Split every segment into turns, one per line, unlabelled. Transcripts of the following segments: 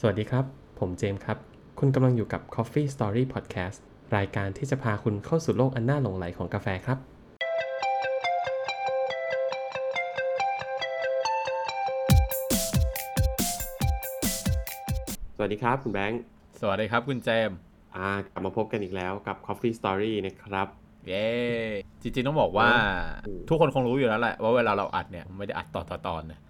สวัสดีครับ ผมเจมส์ครับ คุณกำลังอยู่กับ Coffee Story Podcast รายการที่จะพาคุณเข้าสู่โลกอันน่าหลงไหลของกาแฟครับ สวัสดีครับคุณแบงค์
สวัสดีครับคุณเจมส์
อ่ากลับมาพบกันอีกแล้วกับ Coffee Story นะครับ
เย้จริงๆต้องบอกว่า
อืม
ทุกคนคงรู้อยู่แล้วแหละว่าเวลาเราอัดเนี่ยไม่ได้อัดต่อต่อตอนนะ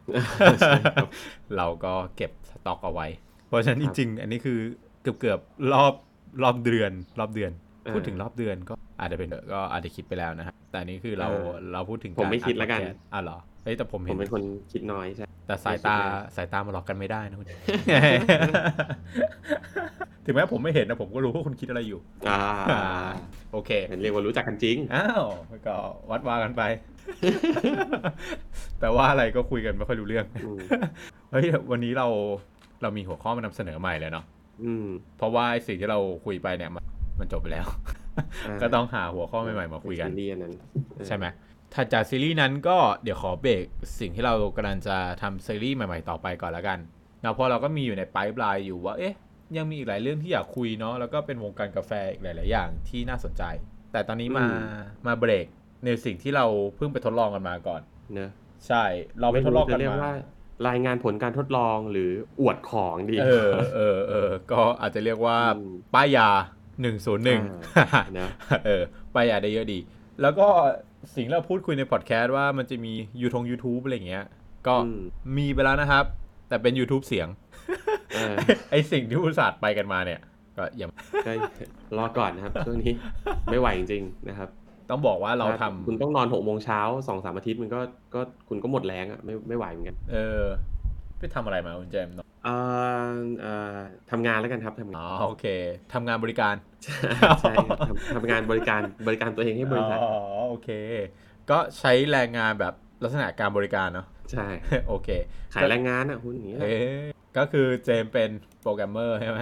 ใช่ครับ
เราก็เก็บสต็อกเอาไว้ เพราะฉะนั้น
ค
จ
รับ
ริงๆอันนี้คือเกือบเกือบๆรอบรอบเดือนรอบเดือน
เออ
พูดถึงรอบเดือนก็อาจจะเป็นก็อาจจะคิดไปแล้วนะครับแต่อันนี้คือเรา
เออ
เราพูดถึง
ผมไม่
กา
คิดละกัน
อัพอดคสต์อ่ะเหรอเฮ้ยแต่ผม
ผ
เห็
ม
น
เป็นคนคิดน้อยใช่
แต่สายตาสายตามาหลอกกันไม่ได้นะคุณ ถึงแม้ผมไม่เห็นนะผมก็รู้ว่าคุณคิดอะไรอยู่
อ่า
อ่าโอเค
เรียกว่ารู้จักกันจ ริง
อ้าวก็วัดวากันไป แต่ว่าอะไรก็คุยกันไม่ค่อยรู้เรื่อง
อืม
เฮ้ยวันนี้เราเรามีหัวข้อมานำเสนอใหม่เลยเนาะ
อืม
เพราะว่าไอ้สิ่งที่เราคุยไปเนี่ยมันมันจบไปแล้ว
า
ก็ต้องหาหัวข้อใหม่ๆมาคุยกัน
ซีรีส์อันั้น
ใช่ไหมถัดจากซีรีส์นั้นก็เดี๋ยวขอเบรกสิ่งที่เรากำลังจะทำซีรีส์ใหม่ๆต่อไปก่อนแล้วกันเนาะเพราะเราก็มีอยู่ในไพป์ไลน์อยู่ว่าเอ๊ะยังมีอีกหลายเรื่องที่อยากคุยเนาะแล้วก็เป็นวงการกาแฟอีกหลายๆอย่างที่น่าสนใจ แต่ตอนนี้มามาเบรกในสิ่งที่เราเพิ่งไปทดลองกันมาก่อน
เนอะ
ใช่เราไปทดลองกัน
ไรู้จะเรีย
มา
ว่ารายงานผลการทดลองหรืออวดของดี
เออเออเออก็อาจจะเรียกว่า
อืม
ป้ายยาหนึ่งศูนย์หนึ่ง
นะ
เออประหยัดได้เยอะดี แล้วก็สิ่งที่เราพูดคุยในพอดแคสต์ว่ามันจะมียูทง YouTube อะไรอย่างเงี้ย ก็
อืม
มีไปแล้วนะครับ แต่เป็น YouTube เสียง
เออ
ไอสิ่งที่อุตส่าห์ไปกันมาเนี่ย ก็อย่า
ก็รอก่อนนะครับช่วงนี้ไม่ไหวจริงๆนะครับ
ต้องบอกว่าเราทำ
คุณต้องนอนหกโมงเช้าสองสามอาทิตย์มันก็ก็คุณก็หมดแรงอ่ะไม่ไม่ไหวเหมือนกัน
เออไปทำอะไรมาคุณเจมส์
เอ่อเอ่อทำงานแล้วกันครับทำงาน
อ๋อโอเคทำงานบริการ
ใช่ใช่ครับทำทำงานบริการบริการตัวเองให้บริษัท
อ๋อโอเค ก็ใช้แรงงานแบบลักษณะการบริการเนาะ
ใช่
โอเค
ขายแรงงานอ่ะคุณอย่างเงี้ย
เอ๊ะก็คือเจมส์เป็นโปรแกรมเมอร์ใช่ไหม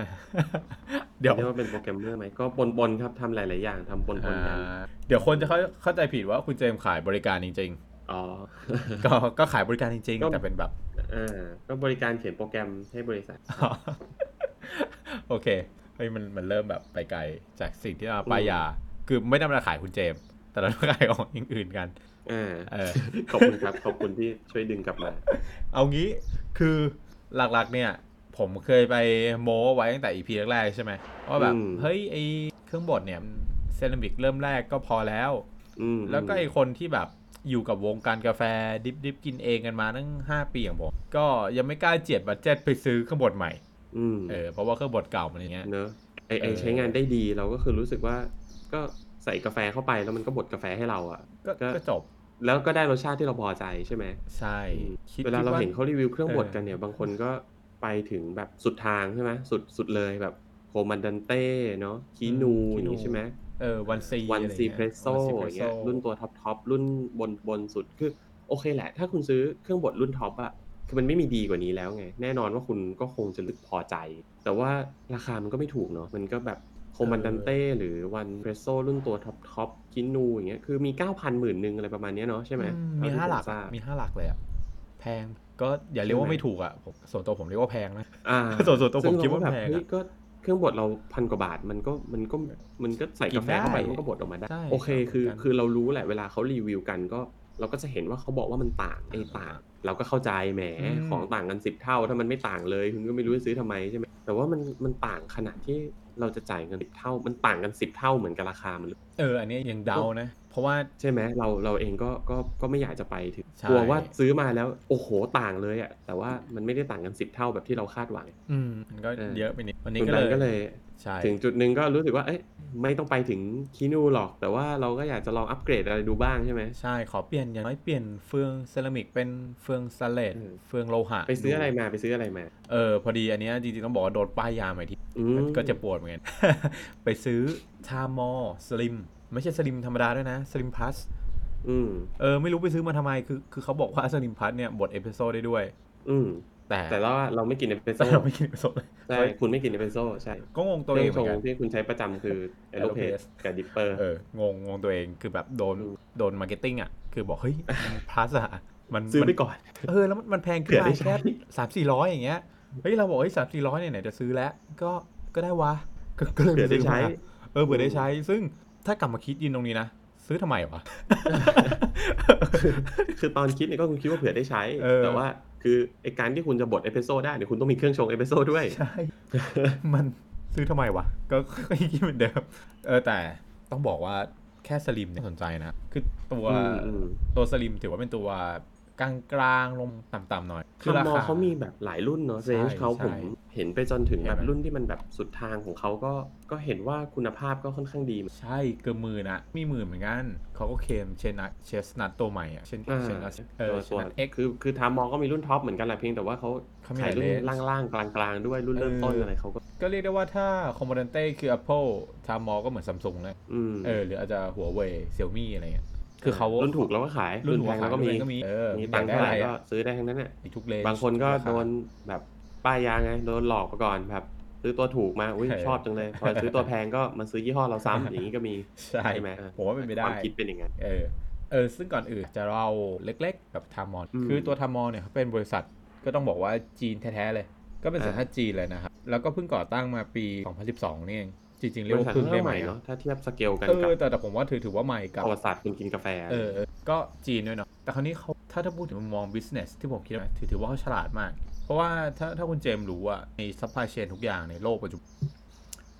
เดี๋ยว
เรียกว่าเป็นโปรแกรมเมอร์ไหมก็ปนๆครับทำหลาย ๆ อย่างทำปนๆกัน
อ่าเดี๋ยวคนจะเข้าเข้าใจผิดว่าคุณเจมส์ขายบริการจริง
อ๋อ
ๆ ก็ก็ขายบริการจริง
ก็
ๆ แต่เป็นแบบ
อ่าก็บริการเขียนโปรแกรมให้บริษัท
โอเคเฮ้ยมันมันเริ่มแบบไปไกลจากสิ่งที่เราปายยา คือไม่ได้มาขายคุณเจมส์แต่เราขายของอย่างอื่นกัน
อ่า
เออ
ขอบคุณครับ ขอบคุณที่ช่วยดึงกลับมา
เอางี้คือหลักๆ เนี่ย ผมเคยไปโม้ไว้ตั้งแต่ EP แรก ๆ ใช่ไหมว่าแบบ
อืม
เฮ้ยไอเครื่องบดเนี่ยเซรามิกเริ่มแรกก็พอแล้ว
อืม
แล้วก็ไอคนที่แบบอยู่กับวงการกาแฟดิบดิบกินเองกันมาตั้ง 5 ปีอย่างผม ก็ยังไม่กล้าเจียดบัตเจ็ตไปซื้อเครื่องบดใหม่
อืม
เออเพราะว่าเครื่องบดเก่ามันอย่างเงี้ย
เนอะไอไอ
เออ
ใช้งานได้ดีเราก็คือรู้สึกว่า ก็ใส่กาแฟเข้าไปแล้วมันก็บดกาแฟให้เราอะ
ก็ก็จบ
แล้วก็ได้รสชาติที่เราพอใจใช่ไหม
ใช่
อืม
คิด
เวลาเรา
คิด
เห็นเขารีวิวเครื่องบด
เออ
กันเนี่ย บางคนก็ไปถึงแบบสุดทางใช่ไหมสุดสุดเลยแบบโคมันดันเต้เนาะคีนูอย่างนี้ใช่ไหม
เออวันซี
วันซีเพรสโซ่อย่างเงี้ยรุ่นตัวท็อปท็อปรุ่นบนบนสุดคือโอเคแหละ ถ้าคุณซื้อเครื่องบดรุ่นท็อปอะคือมันไม่มีดีกว่านี้แล้วไง แน่นอนว่าคุณก็คงจะลึกพอใจ แต่ว่าราคามันก็ไม่ถูกเนาะมันก็แบบโคมันดันเต้หรือวันเพรสโซ่รุ่นตัวท็อปท็อปกินูอย่างเงี้ยคือมี 9 0 0 0หมื่นหนึ่งอะไรประมาณเนี้ยเนาะใช่ไหม
มี
เท่
ห้า
ที่
หลัก
ผทราบ
มีห้าหลักเลยอะแพงก็อย่าเรียกว่า
ใช่ไหม
ไม่ถูกอะผมส่วนตัวผมเรียกว่าแพงนะ
อ่า
ส่วนส่วนตัวผม
ซึ่งเร
คิดว่า
ก็บบ
แพงอะ
เฮ้ยก็เครื่องบดเราพันกว่าบาทมันก็มันก็มันก็ใส่กาแฟเข้าไป
กินได้
มันก็บดออกมาได้
ใช่
โอเค
ค
คือ
รับเหมือนกัน
คือเรารู้แหละเวลาเขารีวิวกันก็ เราก็จะเห็นว่าเขาบอกว่ามันต่างไอ้ต่าง เราก็เข้าใจแหม
อืม
ของต่างกันสิบเท่า ถ้ามันไม่ต่างเลยคุณก็ไม่รู้จะซื้อทำไมใช่ไหมแต่ว่ามันมันต่างขนาดที่เราจะจ่ายเงินสิบเท่า มันต่างกันสิบเท่าเหมือนกับราคามันเลย
เอออันเนี้ยยังเดานะ เพราะว่า
ใช่ไหมเราเราเองก็ก็ก็ไม่อยากจะไปถึง
ใช่
กลัวว่าซื้อมาแล้วโอ้โหต่างเลยอะแต่ว่ามันไม่ได้ต่างกันสิบเท่าแบบที่เราคาดหวัง
อืมมันก็
เออ
เยอะไปนิดวันนี้
คุณ
ก็
แบ
เล
ง
ย
ค์ก็เลย
ใช่
ถึงจุดหนึ่งก็รู้สึกว่า เอ๊ะ ไม่ต้องไปถึงคีนูหรอก แต่ว่าเราก็อยากจะลองอัปเกรดอะไรดูบ้างใช่ไหม
ใช่ขอเปลี่ยนอย่างน้อยเปลี่ยนเฟืองเซรามิกเป็นเฟืองสแตนเลต
เออ
เฟืองโลหะ
ไปซื้อ
ดู
อะไรมาไปซื้ออะไรมา
เออพอดีอันเนี้ยจริงๆต้องบอกว่าโดนป้ายยาใหม่ที่
อืม
ก็เจะปวดเหมือน กัน ไปซื้อทามอสลิมไม่ใช่สลิมธรรมดาด้วยนะสลิมพลัส
อืม
เออไม่รู้ไปซื้อมาทำไมคือคือเขาบอกว่าสลิมพลัสเนี่ยบดเอสเปรสโซได้ด้วย
อืม
แต่
แต่เราเราไม่กินเอสเปรส
แต่
โซ่
เราไม่กินเอสเปรสโซ่เลย
ใช่คุณไม่กินเอสเปรสโซ่ใช่
ก็งง
เค
ตัว
รื่
เอ
อง งช
เหมือง นกัน
ที่คุณใช้ประจำคือเอโลเพส
Aeropress
กับดิปเปอร์
เอองงงงตัวเองคือแบบโดน
อืม
โดนมาร์เก็ตติ้งอ่ะ คือบอก เฮ้ยพลัสอ่ะมัน
ซื้อ
มัน
ไปก่อน
เออแล้วมันมันแพงขึ้
เผื่
น
อ
มา
ได้ใช้
แค่สามสี่ร้อยอย่างเงี้ย เฮ้ยเราบอกเฮ้ยสามสี่ร้อยเนี่ยไหนจะซื้อแล้ว ก็ก็ได้วะก็ก็เลย
เดี๋ยวได้
ซื้อ
ใช้
มาเออเผื่อได้ใช้ ซึ่งถ้ากลับมาคิดยินตรงนี้นะ ซื้อทำไมวะ
คือตอนคิดเนี่ยก็คุณคิดว่าเผื่อได้ใช้
เออ
แต่ว่าคือไอการที่คุณจะบดเอสเปรสโซ่ได้เนี่ยคุณต้องมีเครื่องชงเอสเปรสโซ่ด้วย
ใช่ มันซื้อทำไมวะ ก็ก็ยังคิดเหมือนเดิม เออแต่ต้องบอกว่าแค่สลิมเนี่ยสนใจนะ คือตัว
อืมอืม
ตัวสลิมถือว่าเป็นตัวกลางกลางๆลงต่ำๆหน่อย
คือมอเขามีแบบหลายรุ่นเนาะ
ใช่
เรนจ์เขา
ใช่
ผมเห็นไปจนถึงแบบ
เห็นไหม
รุ่นที่มันแบบสุดทางของเขาก็ก็เห็นว่าคุณภาพก็ค่อนข้างดี
ใช่เกือบหมื่นอะมีหมื่นเหมือนกันเขาก็เคลมเชนัทเชสนัทตัวใหม่อะเชน
อ่า
เชนัทเออเช
ตัว
นัทเอ็ก
คือคือทามมองก็มีรุ่นท็อปเหมือนกันแหละเพียงแต่ว่าเขา
เขามี
ขายรุ่น
หลายเลนส์
ล่างๆกลางๆด้วยรุ่นเริ่มต้นอะไรเขาก็
ก็เรียกได้ว่าถ้าคอมโบเดนเต้คือ Apple ทามมอก็เหมือนซัมซุงนะ
อืม
เออหรืออาจจะหัวเว่ยเซี่ยมี่อะไรเงี้ยคือเขา
รุ่นถูกเราก็ขาย
รุ่น
แพ
หัว
ง
ขา
เรา
ย
ก็มี
ก็มีเออ
มี
อ
ตั
ยาง ก
ค์
ได้
เท่า
อะ
ไหร่
ไร
ก็
อะ
ซื้อได้ทั้งนั้นน่ะ
มีทุกเลน
บางคนก็โดนแบบป้ายยาไงโดนหลอกมาก่อนแบบซื้อตัวถูกมาอุ้ย
เออ
ชอบจังเลยพอซื้อตัวแพงก็มาซื้อยี่ห้อเราซ้ำอย่างนี้ก็มี
ใช่
ใช่ไหม
ผมว่าเป็นไปได้
ความคิดเป็นอย่างนั้น
เออ เออ ซึ่งก่อนอื่นจะเราเล็กๆกับทามอน
อืม
คือตัวทามอนเนี่ยเขาเป็นบริษัทก็ต้องบอกว่าจีนแท้ๆเลย ก็เป็นสัญชาติจีนเลยนะครับ แล้วก็เพิ่งก่อตั้งมาปี 2012 นี่เอง จริงๆ เรียกว่าเพิ่งได้ไหม
บริษัทเท่าไหร่เนอะถ้าเทียบสเกลกัน
เอ
กับ
อ แต่แต่ผมว่าถือถือว่าใหม่กับ
ประวัติศาสตร์คุณกินกาแฟ
เออเออก็จีนด้วยเนาะ แต่คราวนี้เขาถ้าถ้าพูดถึงมุมมอง business ที่ผมคิดว่าถือถือว่าเขาฉลาดมาก เพราะว่าถ้าถ้าคุณเจมส์รู้อะใน supply chain ทุกอย่างในโลกปัจจุบัน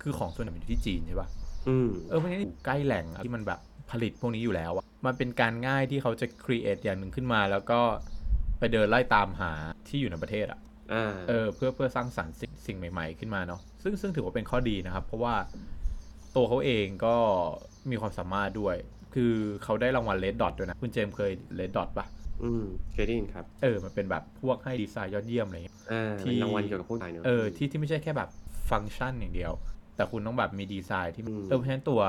คือของส่วนใหญ่มันอยู่ที่จีนใช่ปะ
อืม
เออมันอยู่ใกล้แหล่งที่มันแบบผลิตพวกนี้อยู่แล้วอะมันเป็นการง่ายที่เขาจะ create อย่างหนึ่งขึ้นมา แล้วก็ไปเดินไล่ตามหาที่อยู่ในประเทศอะ
อ่า
เออเพื่อเพื่อสร้างสรรค์สิ่งสิ่งใหม่ ๆ ขึ้นมาเนาะซึ่งซึ่งถือว่าเป็นข้อดีนะครับ เพราะว่าตัวเขาเองก็มีความสามารถด้วย คือเขาได้รางวัลเลดดอทด้วยนะ คุณเจมส์เคยเลดดอทปะ
อืมเคยได้ยินครับ
เออมันเป็นแบบพวกให้ดีไซน์ยอดเยี่ยมอะไรเงี้ย
อ่า
ที่
เป็นรางวัลเกี่ยวกับพวกไหนเนอะ
เออที่ที่ไม่ใช่แค่แบบฟังก์ชันอย่างเดียว แต่คุณต้องแบบมีดีไซน์ที่มัน
อืม
เออเพราะฉะนั้นตัว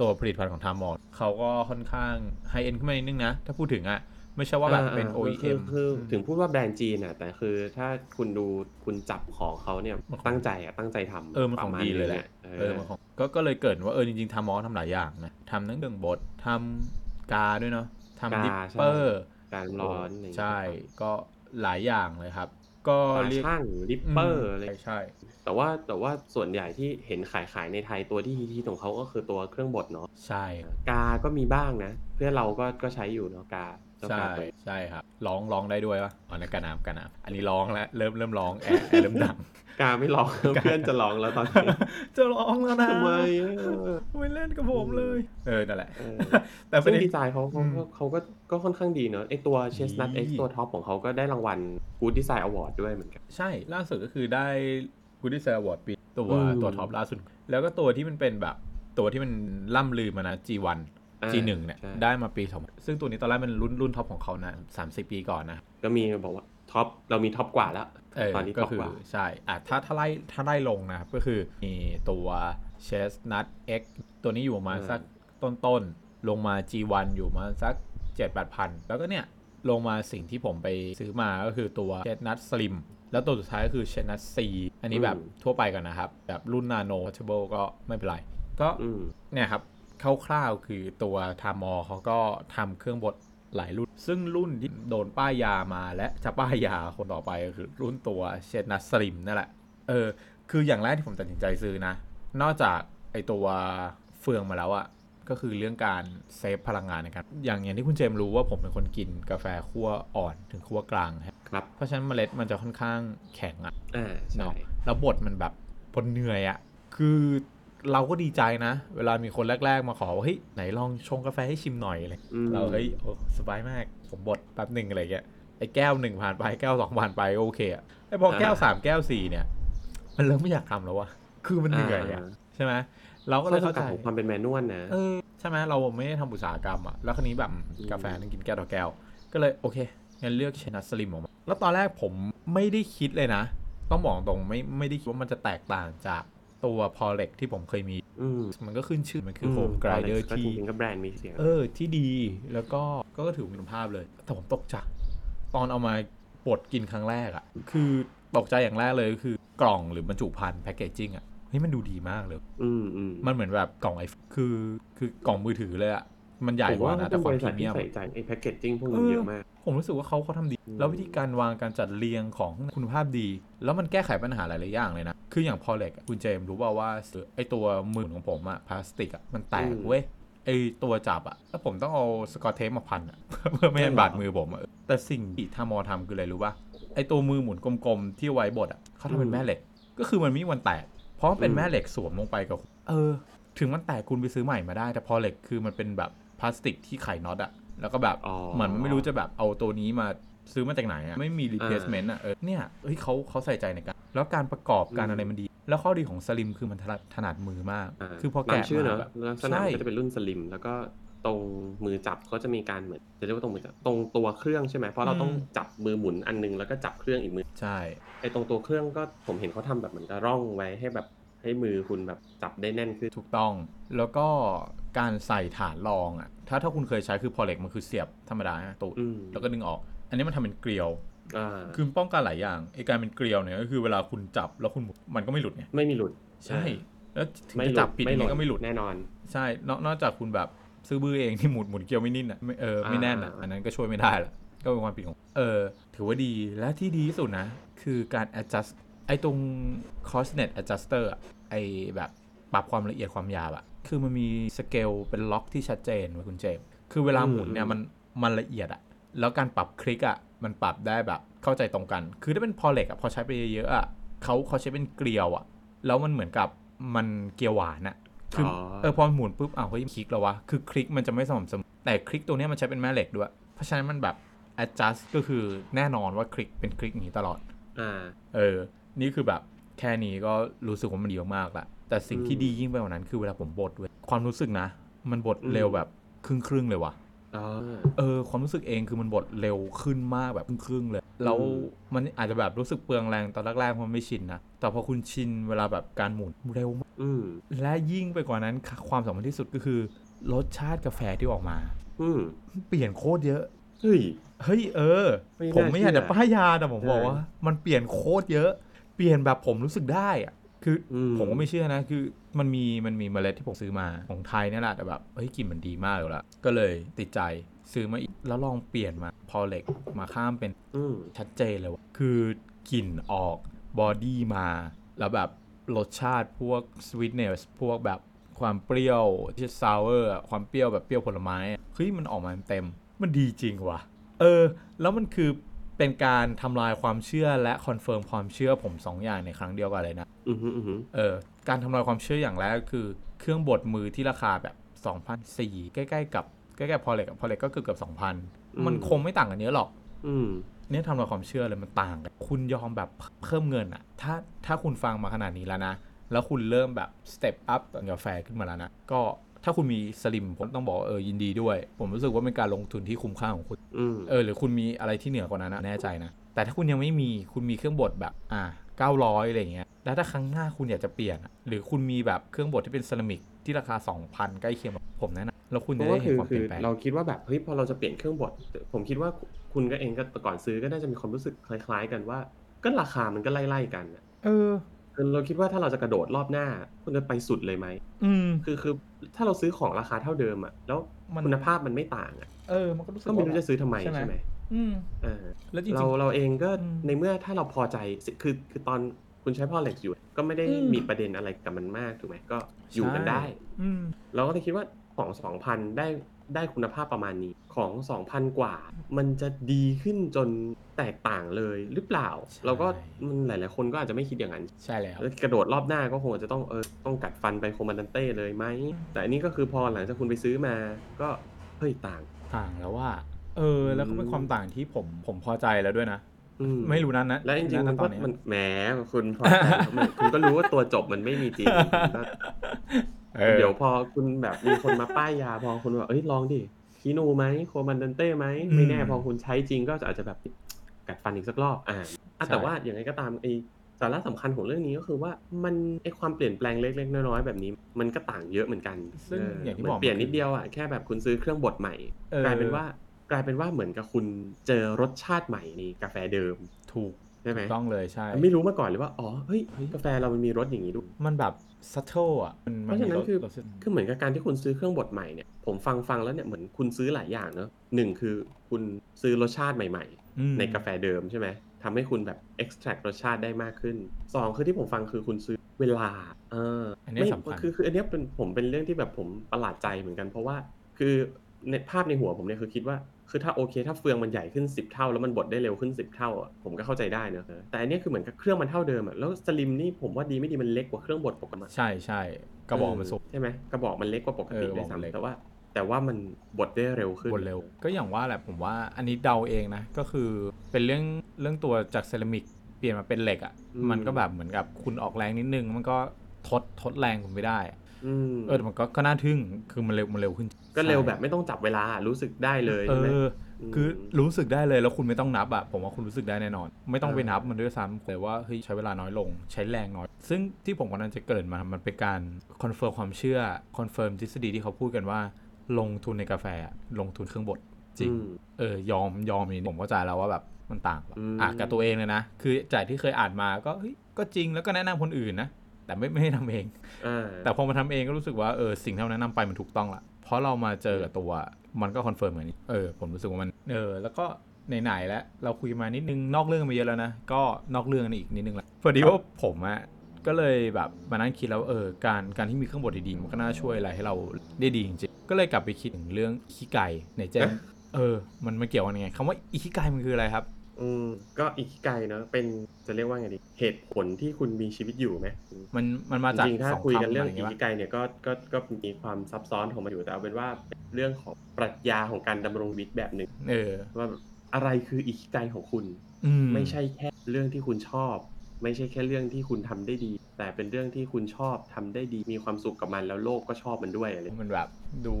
ตัวผลิตภัณฑ์ของทามอดเขาก็ค่อนข้างไฮเอ็นขึ้นมานิดนึงนะ ถ้าพูดถึงอะไม่ใช่ว่าแบบเป็น
อ่าอ่าคือ
OEM
คือ
ม
ถึงพูดว่าแบรนด์จีนน่ะแต่คือถ้าคุณดูคุณจับของเขาเนี่ย
มันของ
ตั้งใจอ่ะ ตั้งใจทำ
เออมันของดีเลยแหละ
ปรมาณนี้
เออมันของก็ก็เลยเกริดว่าเออจริงๆทามอสทำหลายอย่างนะทำทั้งเรื่องบททำกาด้วยเนาะทำดิปเปอร์
การร้อนอะไรอย่างเงี้ย
ใช่ก็หลายอย่างเลยครับ ก็
ปลา
เรียก
ช่างริปเปอร์
ม
อะไร
ใช่ใช่
แต่ว่าแต่ว่าส่วนใหญ่ที่เห็นขายขายในไทยตัวที่ฮิตๆของเขาก็คือตัวเครื่องบดเนาะ
ใช่
กา ก็มีบ้างนะ เพื่อนเราก็ก็ใช้อยู่เนาะกาเจ้า
ใช่
กาตัว
ใช่ครับร้องร้องได้ด้วยปะอ๋อนั่นกระหนำกระหนำอันนี้ร้องแล้วเริ่มเริ่มร้องแอบแอบเริ่ มดัง
กาไม่ลองเพื่อนจะลองแล้วตอนนี้
จะร้องแล้วนะ
ทำไม
ไม่เล่นกับผมเลย เออนั่นแหละ
เออ
แต่ป
ซึ่ง
ระเด็น
ดีไซน์เขาเขา
อืม
ก็เขาก็ก็ค่อนข้างดีเนอะไอตัวเชสนัท
ดี
เอ็กตัวท็อปของเขาก็ได้รางวัล Good Design Award ด้วยเหมือนกัน
ใช่ล่าสุดก็คือได้กูดี้เซอร์วอร์ดปีตัว
อืม
ตัวท็อปล่าสุด แล้วก็ตัวที่มันเป็นแบบตัวที่มันล่ำลือมานะ G1
อ่า
G1 เนี่ย
ใช่
ได้มาปีสองซึ่งตัวนี้ตอนแรกมันรุ่นรุ่นท็อปของเขานะสามสิบปีก่อนนะ
ก็มีบอกว่าท็อปเรามีท็อปกว่าแล้ว
เออ
ตอนนี้
ก็
ท็อป
คือก
ว่า
ใช่อ่ะถ้าถ้าไล่ถ้าไล่ลงนะครับก็คือมีตัวเชสนัท X ตัวนี้อยู่ประมาณ
อ่า
สักต้นๆ ลงมา G1 อยู่ประมาณสัก 7-8พันแล้วก็เนี่ย ลงมาสิ่งที่ผมไปซื้อมาก็คือตัวเชดนัทสลิมแล้วตัวสุดท้ายก็คือเชดนัทซีอันนี้แบบ
อืม
ทั่วไปกันนะครับ แบบรุ่นนาโนทัชเบิลก็ไม่เป็นไร ก็
อืม
เนี่ยครับคร่าวๆคือตัวทามอเขาก็ทำเครื่องบดหลายรุ่น ซึ่งรุ่นที่โดนป้ายยามาและจะป้ายยาคนต่อไปก็คือรุ่นตัวเชดนัทสลิมนั่นแหละ เออ คืออย่างแรกที่ผมตัดสินใจซื้อนะ นอกจากไอตัวเฟืองมาแล้วอะก็คือเรื่องการเซฟพลังงานนะครับ อย่างอย่างที่คุณเจมส์รู้ว่าผมเป็นคนกินกาแฟคั่วอ่อนถึงคั่วกลางฮะ
ครับ
เพราะฉะนั้นเมล็ดมันจะค่อนข้างแข็งอะ
อ่า ใช่
เนาะแล้วบทมันแบบพนเหนื่อยอะคือเราก็ดีใจนะ เวลามีคนแรก ๆ มาขอว่าเฮ้ยไหนลองชงกาแฟให้ชิมหน่อยเลย
อืม
เราเฮ้ยโอ้สบายมากผมบดแป๊บหนึ่งอะไรเงี้ยไอ้แก้วหนึ่งผ่านไปแก้วสองผ่านไปก็โอเคอะไอ้พอแก้ว
อ่า
สามแก้วสี่เนี่ย มันเริ่มไม่อยากทำแล้วอะคือมันเหนื่อยอะใช่ไหมเราก็
ก็
เล
เลย ย
เข้า
เข้า
ใจ
ใจของความเป็นแมนนวลนะ
เออใช่ไหมเราไม่ได้ทำอุตสาหกรรมอะแล้วคันนี้แบบ
อืม
กาแฟนั่งกินแก้วต่อแก้ว ก็เลยโอเคงั้นเลือกเชนัสสลิมออกมา แล้วตอนแรกผมไม่ได้คิดเลยนะ ต้องบอกตรงไม่ไม่ได้คิดว่ามันจะแตกต่างจากตัวพอเล็กที่ผมเคยมี
อืม
มันก็ขึ้นชื่อมันคือโฮมไกรเดอร์
จ
ที่
ริงๆก็แบรนด์มีเสียง
เออ ที่ดีแล้วก็ก็ถือว่ามีคุณภาพเลย แต่ผมตกใจตอนเอามาบดกินครั้งแรกอะ่ะ คือตกใจอย่างแรกเลยก็คือกล่องหรือบรรจุภัณฑ์แพคเกจจิ้งอ่ะเฮ้ยมันดูดีมากเลย
อืมอืม
มันเหมือนแบบกล่องไอคือคือกล่องมือถือเลยอะ มันใหญ่
ผม
กว่า
ว่า
นะ
เป็
แต่
น
ฟ
บ
อน
ริ
ต์พ
ษัท
รีเมี
ที่
ยม
ใส่ใจไอ้แพ็กเกจจิ้งพวกนี้เยอะมาก
ผมรู้สึกว่าเขาเขาทำดี
อืม
แล้ววิธีการวางการจัดเรียงของคุณภาพดี แล้วมันแก้ไขปัญหาหลายๆอย่างเลยนะ คืออย่างพอเล็กคุณเจมส์รู้เปล่าว่าไอตัวหมือของผมอะพลาสติกอะมันแตกเว้ยไอตัวจับอะแล้วผมต้องเอาสกอตเทปมาพันอะ เพื่อไม่ให้บาดมือผมอะแต่สิ่งที่ทามอทำคืออะไรรู้ป่ะไอตัวมือหมุนกลมๆที่ไว้บดอะเขาทำเป็นแม่เหล็ก ก็คือมันไมมีวันแตก เพราะมันเป็นแม่เหล็กสวมลงไปกับ เออ ถึงมันแตกคุณไปซื้อใหม่มาได้ แต่พอเหล็กคือมันเป็นแบบพลาสติกที่ไขน็อตอะแล้วก็แบบ
อ๋อ
เหมือนมันไม่รู้จะแบบเอาตัวนี้มาซื้อมาจากไหนอะไม่มี replacement อะเออเนี่ยเฮ้ยเขาเขาใส่ใจในการแล้วการประกอบการ
อืม
อะไรมันดี แล้วข้อดีของสลิมคือมันถนัดถนัดมือมาก
อ่า
คือพอ
ตา
แกะ
มชื่อเน
มา
อะ
แบบ
ลักษณะ
ใช่
มันก็จะเป็นรุ่นสลิม แล้วก็ตรงมือจับเขาจะมีการเหมือนจะเรียกว่าตรงมือจับตรงตัวเครื่องใช่ไหมเพราะเราต้องจับมือหมุนอันนึงแล้วก็จับเครื่องอีกมือ
ใช่
ไอ้ตรงตัวเครื่องก็ผมเห็นเขาทำแบบเหมือนกับร่องไว้ให้แบบให้มือคุณแบบจับได้แน่นขึ้น
ถูกต้อง แล้วก็การใส่ฐานรองอะถ้าถ้าคุณเคยใช้คือพอเหล็กมันคือเสียบธรรมดาฮะตูด
อืม
แล้วก็ดึงออก อันนี้มันทำเป็นเกลียว
อ่า
คือป้องกันหลายอย่างไอการเป็นเกลียวเนี่ยก็คือเวลาคุณจับแล้วคุณหมุนมันก็ไม่หลุดไง
ไม่มีหลุด
ใช่
อ่า
แล้วถึง
ไม่หลุ
จะจับผิดยังไง
น
ก็ไม่หลุด
แน่นอน
ใช่นอกนอกจากคุณแบบซื้อบื้อเอง ที่หมุนหมุนเกลียวไม่นิ่นอ่ะไม่เออไม่แน่นอ่ะ
อ่า
อันนั้นก็ช่วยไม่ได้ละก็เป็นความผิดของ เออ ถือว่าดีและที่ดีที่สุดนะ คือการ adjust ไอ้ตรง crossnet adjuster อะไอ้แบบปรับความละเอียดความยาวอะคือมันมีสเกลเป็นล็อกที่ชัดเจนเว้ยคุณเจมส์คือเวลาหมุนเนี่ยมันมันละเอียดอะแล้วการปรับคลิกอะมันปรับได้แบบเข้าใจตรงกัน คือถ้าเป็นพอเล็กอะพอใช้ไปเยอะๆอะเขาเขาใช้เป็นเกลียวอะแล้วมันเหมือนกับมันเกลียวหวานอะ คืออ
อ
เออพอหมุนปุ๊บอ้าวเฮ้ยคลิกแล้ววะ คือคลิกมันจะไม่สม่ำเสมอแต่คลิกตัวเนี้ยมันใช้เป็นแม่เหล็กด้วย เพราะฉะนั้นมันแบบ adjust ก็คือแน่นอนว่าคลิกเป็นคลิกอย่างนี้ตลอด
อ่า
เออ นี่คือแบบแค่นี้ก็รู้สึกว่ามันดีมากๆละแต่สิ่งที่
อืม
ดียิ่งไปกว่านั้นคือเวลาผมบดเว้ยความรู้สึกนะ มันบดเร็ว
อืม
แบบครึ่งครึ่งๆเลยว่ะ
อ่า
เออความรู้สึกเองคือมันบดเร็วขึ้นมากแบบครึ่งๆเลยแล้ว
อืม
มันอาจจะแบบรู้สึกเปลืองแรงตอนแรกๆมันไม่ชินนะแต่พอคุณชินเวลาแบบการหมุนเร็ว
อืม
และยิ่งไปกว่านั้นค่ะความสำคัญที่สุดก็คือ รสชาติกาแฟที่ออกมา
อืม
เปลี่ยนโคตรเยอะ
เฮ้ย
เฮ้ยเออ
ไม่น่า
ผมไม่อยาก
เชื่
จะ
อ
ป้ายยาแต่ผม
ใช่
บอกว่า มันเปลี่ยนโคตรเยอะ เปลี่ยนแบบผมรู้สึกได้อะคืออ
ม
ผมก็ไม่เชื่อนะ คือมันมีมันมีเมล็ดที่ผมซื้อมาของไทยเนี่ยแหละแต่แบบเฮ้ยกลิ่นมันดีมากเลยละก็เลยติดใจซื้อมาอีกแล้วลองเปลี่ยนมาพอเล็กมาข้ามเป็น
อืม
ชัดเจนเลยว่าคือกลิ่นออกบอดี้มา แล้วแบบรสชาติพวกสวีทเนสพวกแบบความเปรี้ยวที่ซาวเวอร์ความเปรี้ยวแบบเปรี้ยวผลไม้อะเฮ้ยมันออกมาเต็ม มันดีจริงว่ะ เออ แล้วมันคือเป็นการทำลายความเชื่อและคอนเฟิร์มความเชื่อผมสองอย่างในครั้งเดียวกันเลยนะ
อืมอืมอืม
เออ การทำลายความเชื่ออย่างแรกคือ เครื่องบดมือที่ราคาแบบ2,004ใกล้ๆกับใกล้ๆพอเล็กพอเล็กก็เกือบเกือบ2,000 มันคงไม่ต่างกันเยอะหรอก
อืม
เนี่ยทำลายความเชื่อเลยมันต่างกัน คุณยอมแบบเพิ่มเงินอะถ้าถ้าคุณฟังมาขนาดนี้แล้วนะ แล้วคุณเริ่มแบบสเต็ปอัพกับกาแฟขึ้นมาแล้วนะ ก็ถ้าคุณมีสลิมผมต้องบอกว่าเออยินดีด้วย ผมรู้สึกว่าเป็นการลงทุนที่คุ้มค่าของคุณ
อืม
เออหรือคุณมีอะไรที่เหนือกว่านั้นนะแน่ใจนะ แต่ถ้าคุณยังไม่มีคุณมีเครื่องบดแบบอ่า900อะไรอย่างเงี้ยแล้วถ้าครั้งหน้าคุณอยากจะเปลี่ยนอะหรือคุณมีแบบเครื่องบดที่เป็นเซรามิกที่ราคา 2,000 ใกล้เคียงกับผมแนะนำแล้วคุณ
เพ
จะ
ราะ
ได้
ว่า
เห็
คื
น
อ
ความเป
คื
ลี่
อย
นแปลง
เราคิดว่าแบบเฮ้ยพอเราจะเปลี่ยนเครื่องบดผมคิดว่าคุณก็เองก็ก่อนซื้อก็น่าจะมีความรู้สึกคล้าย ๆ กันว่า ก็ราคามันก็ไล่ๆกันอะ
เออ
คือเราคิดว่าถ้าเราจะกระโดดรอบหน้า คุณจะไปสุดเลยไหม
อืม
คือคือถ้าเราซื้อของราคาเท่าเดิมอะแล้ว
มัน
คุณภาพมันไม่ต่างอะ
เออมันก็รู้สึก
ก็ไม่รู้จะซื้อทำไม
ใช่
ใช่
ไห
ไห
ม
ม
อืม
เออ
แล้วจริงๆ
เราเราเองก็
อืม
ในเมื่อถ้าเราพอใจคือคือตอนคุณใช้พ่อเหล็กอยู่ ก็ไม่ได้
อืม
มีประเด็นอะไรกับมันมากถูกไหมก็อยู่กันได้
อืม
เราก็จะคิดว่าของสองพันได้ได้คุณภาพประมาณนี้ของสองพันกว่า มันจะดีขึ้นจนแตกต่างเลยหรือเปล่า
ใช่
เราก็มันหลาย ๆ คนก็อาจจะไม่คิดอย่างนั้น
ใช่แล้ว
แล้วกระโดดรอบหน้าก็คงจะต้องเออต้องกัดฟันไปโคมาดันเต้เลยไหม แต่อันนี้ก็คือพอหลังจากคุณไปซื้อมาก็เฮ้ยต่าง
ต่างแล้วว่า เออ แล้วก็เป็น
อืม
ความต่างที่ผมผมพอใจแล้วด้วยนะ
อื
ไม่รู้นั้นนะ
และจริงๆมัน
ต
ก็
อนเนี้ย
มันแหมคุณพอ ใจมันคุณก็รู้ว่าตัวจบมันไม่มี จริงคุณก็
เออ
เดี๋ยวพอคุณแบบมีคนมาป้ายยา พอคนแบบเอ้ยลองดิคีโนไหมโคมันเดนเต้ไหม
อืม
ไม่แน่พอคุณใช้จริงก็อาจจะแบบกัดฟันอีกสักรอบอ่าอ่ะ
ใช่
แต่ว่าอย่างไรก็ตามไอสาระสำคัญของเรื่องนี้ก็คือว่ามันไอความเปลี่ยนแปลงเล็กๆน้อยๆแบบนี้ มันก็ต่างเยอะเหมือนกัน
ซึ่งอย่างที่
มั
บอก
เปลี่ยน
มันคือ
นิดเดียวอ่ะแค่แบบคุณซื้อเครื่องบดใหม่
เออ
กลายเป็นว่ากลายเป็นว่าเหมือนกับคุณเจอรสชาติใหม่ในกาแฟเดิม
ถูก
ใช่ไหม
ถูกต้องเลยใช่
ไม่รู้มาก่อนเลยว่าอ๋อเฮ้ยเฮ้ยกาแฟเรามันมีรสอย่างนี้ด้วย
มันแบบซัตเทลอ่ะ มัน
เพราะ
มัน
ฉะนั้นคือ
รสรส
คือเหมือนกับการที่คุณซื้อเครื่องบดใหม่เนี่ยผมฟังฟังแล้วเนี่ยเหมือนคุณซื้อหลายอย่างเนอะหนึ่งคือคุณซื้อรสชาติใหม่
อืม
ๆ ในกาแฟเดิมใช่ไหมทำให้คุณแบบ extract รสชาติได้มากขึ้นสองคือที่ผมฟังคือคุณซื้อเวลาเออ
อันนี้
ไม่
สำคัญ
คือคืออันเนี้ยเป็นผมเป็นเรื่องที่แบบผมประหลาดใจเหมือนกัน เพราะว่าคือในภาพในหัวผมเนี่ยคือคิดว่าคือถ้าโอเค ถ้าเฟืองมันใหญ่ขึ้น 10 เท่า แล้วมันบดได้เร็วขึ้น 10 เท่าอะผมก็เข้าใจได้เนอะแต่อันเนี้ยคือเหมือนกับเครื่องมันเท่าเดิมอะแล้วสลิมนี่ผมว่าดีไม่ดีมันเล็กกว่าเครื่องบดปกติ
ใช่ใช่กระบอกมันสูง
เใช่ไหมกระบอกมันเล็กกว่าปกติ
เออกระบ
ด้วย
อกมันเล็ก
ซ้ำแต่ว่า แต่ว่ามันบดได้เร็วขึ้น
บนเร็ว ก็อย่างว่าแหละผมว่าอันนี้เดาเองนะ ก็คือเป็นเรื่องเรื่องตัวจากเซรามิกเปลี่ยนมาเป็นเหล็กอ่ะ มันก็แบบเหมือนกับคุณออกแรงนิดนึง มันก็ทดทดแรงคุณไม่ได้อะ
อืม
เออแต่มันก็ก็น่าทึ่งคือมันเร็วมันเร็วขึ้น
ก็เร็ว
ใช่
แบบไม่ต้องจับเวลารู้สึกได้เลย
เอ
ใช่ไหม
อ
ม
คือรู้สึกได้เลยแล้วคุณไม่ต้องนับอะผมว่าคุณรู้สึกได้แน่นอน ไม่ต้องไปนับมันด้วยซ้ำแต่ว่าเฮ้ยใช้เวลาน้อยลง ใช้แรงน้อย ซึ่งที่ผมกำลังจะเกริดมา มันเป็นการคอนเฟิร์มความเชื่อคอนเฟิร์มทฤษฎีที่เขาพูดกันว่า ลงทุนในกาแฟอะลงทุนเครื่องบดจริง
อืม
เออยอมยอมนี่ผมเข้าใจแล้วว่าแบบมันต่างว่ะ
อืม
อ่ะกับตัวเองเลยนะ คือจากที่เคยอ่านมาก็เฮ้ยก็จริงแล้วก็แนะนำคนอื่นนะแต่ไม่ไม่ให้ทำเอง
อ่า
แต่พอมาทำเองก็รู้สึกว่าเออสิ่งที่เราแนะนำไปมันถูกต้องละเพราะเรามาเจอกับตัวมันก็คอนเฟิร์มเหมือนนี้เออผมรู้สึกว่ามันเออแล้วก็ไหนๆแล้วเราคุยมานิดนึงนอกเรื่องมาเยอะแล้วนะก็นอกเรื่องนี่อีกนิดนึงละพอดีว่าผมอะก็เลยแบบมานั่งคิดแล้วเออการการที่มีเครื่องบดดีๆมันก็น่าช่วยอะไรให้เราได้ดีจริงๆก็เลยกลับไปคิดถึงเรื่องขี้ไก่ในเจนเออ มันมันเกี่ยวกันยังไงคำว่าอีขี้ไก่มันคืออะไรครับ
อืมก็อีกไกลเนอะเป็นจะเรียกว่าไงดีเหตุผลที่คุณมีชีวิตอยู่ไหม
มันมันมาจาก
จริงๆถ้า
สอง
คุย
คำ
กันเรื่
อะ
อง
ไรอย่าง
อี
เงี้ย
กไกลเนี่ยก็ก็ก็มีความซับซ้อนของมันอยู่แต่เอาเป็นว่าเป็นเรื่องของปรัชญาของการดำรงชีวิตแบบหนึ่ง
เออ
ว่าแบบอะไรคืออีกไกลของคุณ
อืม
ไม่ใช่แค่เรื่องที่คุณชอบ ไม่ใช่แค่เรื่องที่คุณทำได้ดี แต่เป็นเรื่องที่คุณชอบทำได้ดีมีความสุขกับมันแล้วโลกก็ชอบมันด้วยอะไร
มันแบบดู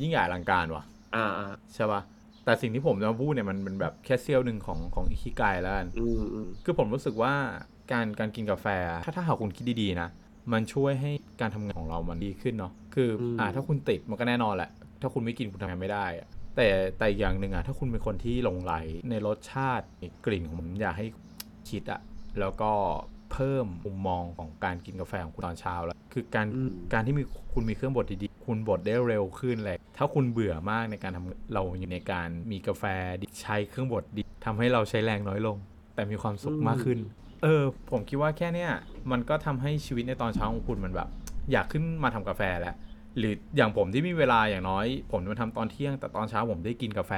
ยิ่งใหญ่อลังการว่ะ
อ่าอ่า
ใช่ปะ่ะ แต่สิ่งที่ผมจะมาพูดเนี่ยมันเป็นแบบแค่เสี้ยวหนึ่งของของอิคิกายแล้วกัน
อืมอืม
คือผมรู้สึกว่าการการกินกาแฟ ถ้าถ้าหากคุณคิดดีๆนะ มันช่วยให้การทำงานของเรามันดีขึ้นเนาะ คืออ่าถ้าคุณติดมันก็แน่นอนแหละ ถ้าคุณไม่กินคุณทำงานไม่ได้อะแต่แต่อีกอย่างหนึ่งอ่ะถ้าคุณเป็นคนที่หลงไหลในรสชาติในกลิ่นของมันอยากให้คิดอ่ะ แล้วก็เพิ่มมุมมองของการกินกาแฟของคุณตอนเช้าแล้ว คือการ
อืม
การที่มีคุณมีเครื่องบดดีๆ คุณบดได้เร็วขึ้นเลย ถ้าคุณเบื่อมากในการทำเราอยู่ในการมีกาแฟดีใช้เครื่องบดดีทำให้เราใช้แรงน้อยลง แต่มีความสุขมากขึ้น เออ ผมคิดว่าแค่เนี้ยมันก็ทำให้ชีวิตในตอนเช้าของคุณมันแบบ อยากขึ้นมาทำกาแฟแล้ว หรืออย่างผมที่มีเวลาอย่างน้อย ผมจะมาทำตอนเที่ยง แต่ตอนเช้าผมได้กินกาแฟ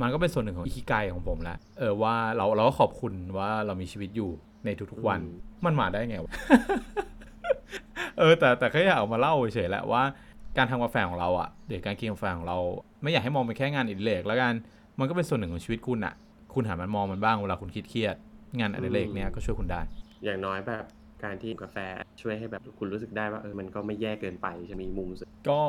มันก็เป็นส่วนหนึ่งของอิคิไกของผมแล้วเออว่าเราเราก็ขอบคุณว่าเรามีชีวิตอยู่ในทุกๆวัน มันมาได้ไงวะ เออแต่แต่แค่อยากเอามาเล่าเฉยๆแหละว่าการทำกาแฟของเราอะ่ะหรือการกินกาแฟของเรา ไม่อยากให้มองเป็นแค่งานอิเล็กแล้วกันมันก็เป็นส่วนหนึ่งของชีวิตคุณอะ่ะ คุณหันมันมองมันบ้างเวลาคุณคิดเครียดๆงานอดิเรกเนี่ยก็ช่วยคุณได้
อย่างน้อยแบบการที่กาแฟช่วยให้แบบคุณรู้สึกได้ว่าเออมันก็ไม่แย่เกินไปจะมีมุมสุด
ก็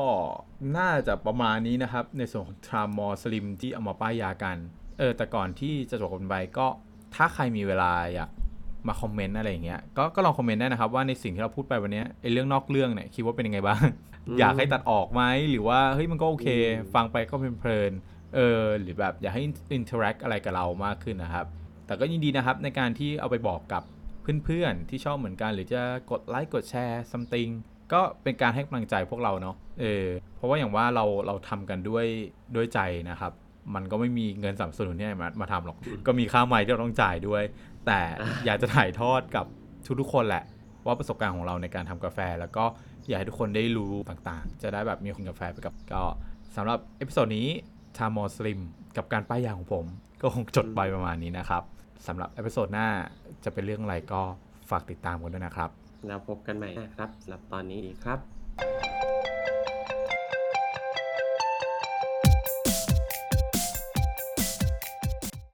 น่าจะประมาณนี้นะครับ ในส่วนของทรามมอสลิมที่เอามาป้ายยากัน เออแต่ก่อนที่จะจบกันไปก็ถ้าใครมีเวลาอยากมาคอมเมนต์อะไรอย่างเงี้ยก็ก็ลองคอมเมนต์ได้นะครับว่าในสิ่งที่เราพูดไปวันเนี้ยไอ้เรื่องนอกเรื่องเนี่ยคิดว่าเป็นยังไงบ้าง อยากให้ตัดออกไหมหรือว่าเฮ้ยมันก็โอเค ฟังไปก็เพลินๆเออหรือแบบอยากให้อินเทอร์แอคอะไรกับเรามากขึ้นนะครับ แต่ก็ยินดีนะครับในการที่เอาไปบอกกับเพื่อนๆ ที่ชอบเหมือนกัน หรือจะกดไลค์กดแชร์ซัมติงก็เป็นการให้กำลังใจพวกเราเนาะเออเพราะว่าอย่างว่าเราเราทำกันด้วยด้วยใจนะครับ มันก็ไม่มีเงินสนับสนุนที่ไหนมามาทำหรอก ก็มีค่าไม้ที่เราต้องจ่ายด้วย แต่อยากจะถ่ายทอดกับทุกๆคนแหละ ว่าประสบการณ์ของเราในการทำกาแฟ แล้วก็อยากให้ทุกคนได้รู้ต่างๆ จะได้แบบมีคนกาแฟไปกับก็สำหรับเอพิโซดนี้ทามอสลิมกับการป้ายยาของผม ก็คงจดไปประมาณนี้นะครับสำหรับเอพิโซดหน้าจะเป็นเรื่องอะไรก็ฝากติดตามกันด้วยนะครับ
แล้วพบกันใหม่นะครับสำหรับตอนนี้ดีครับ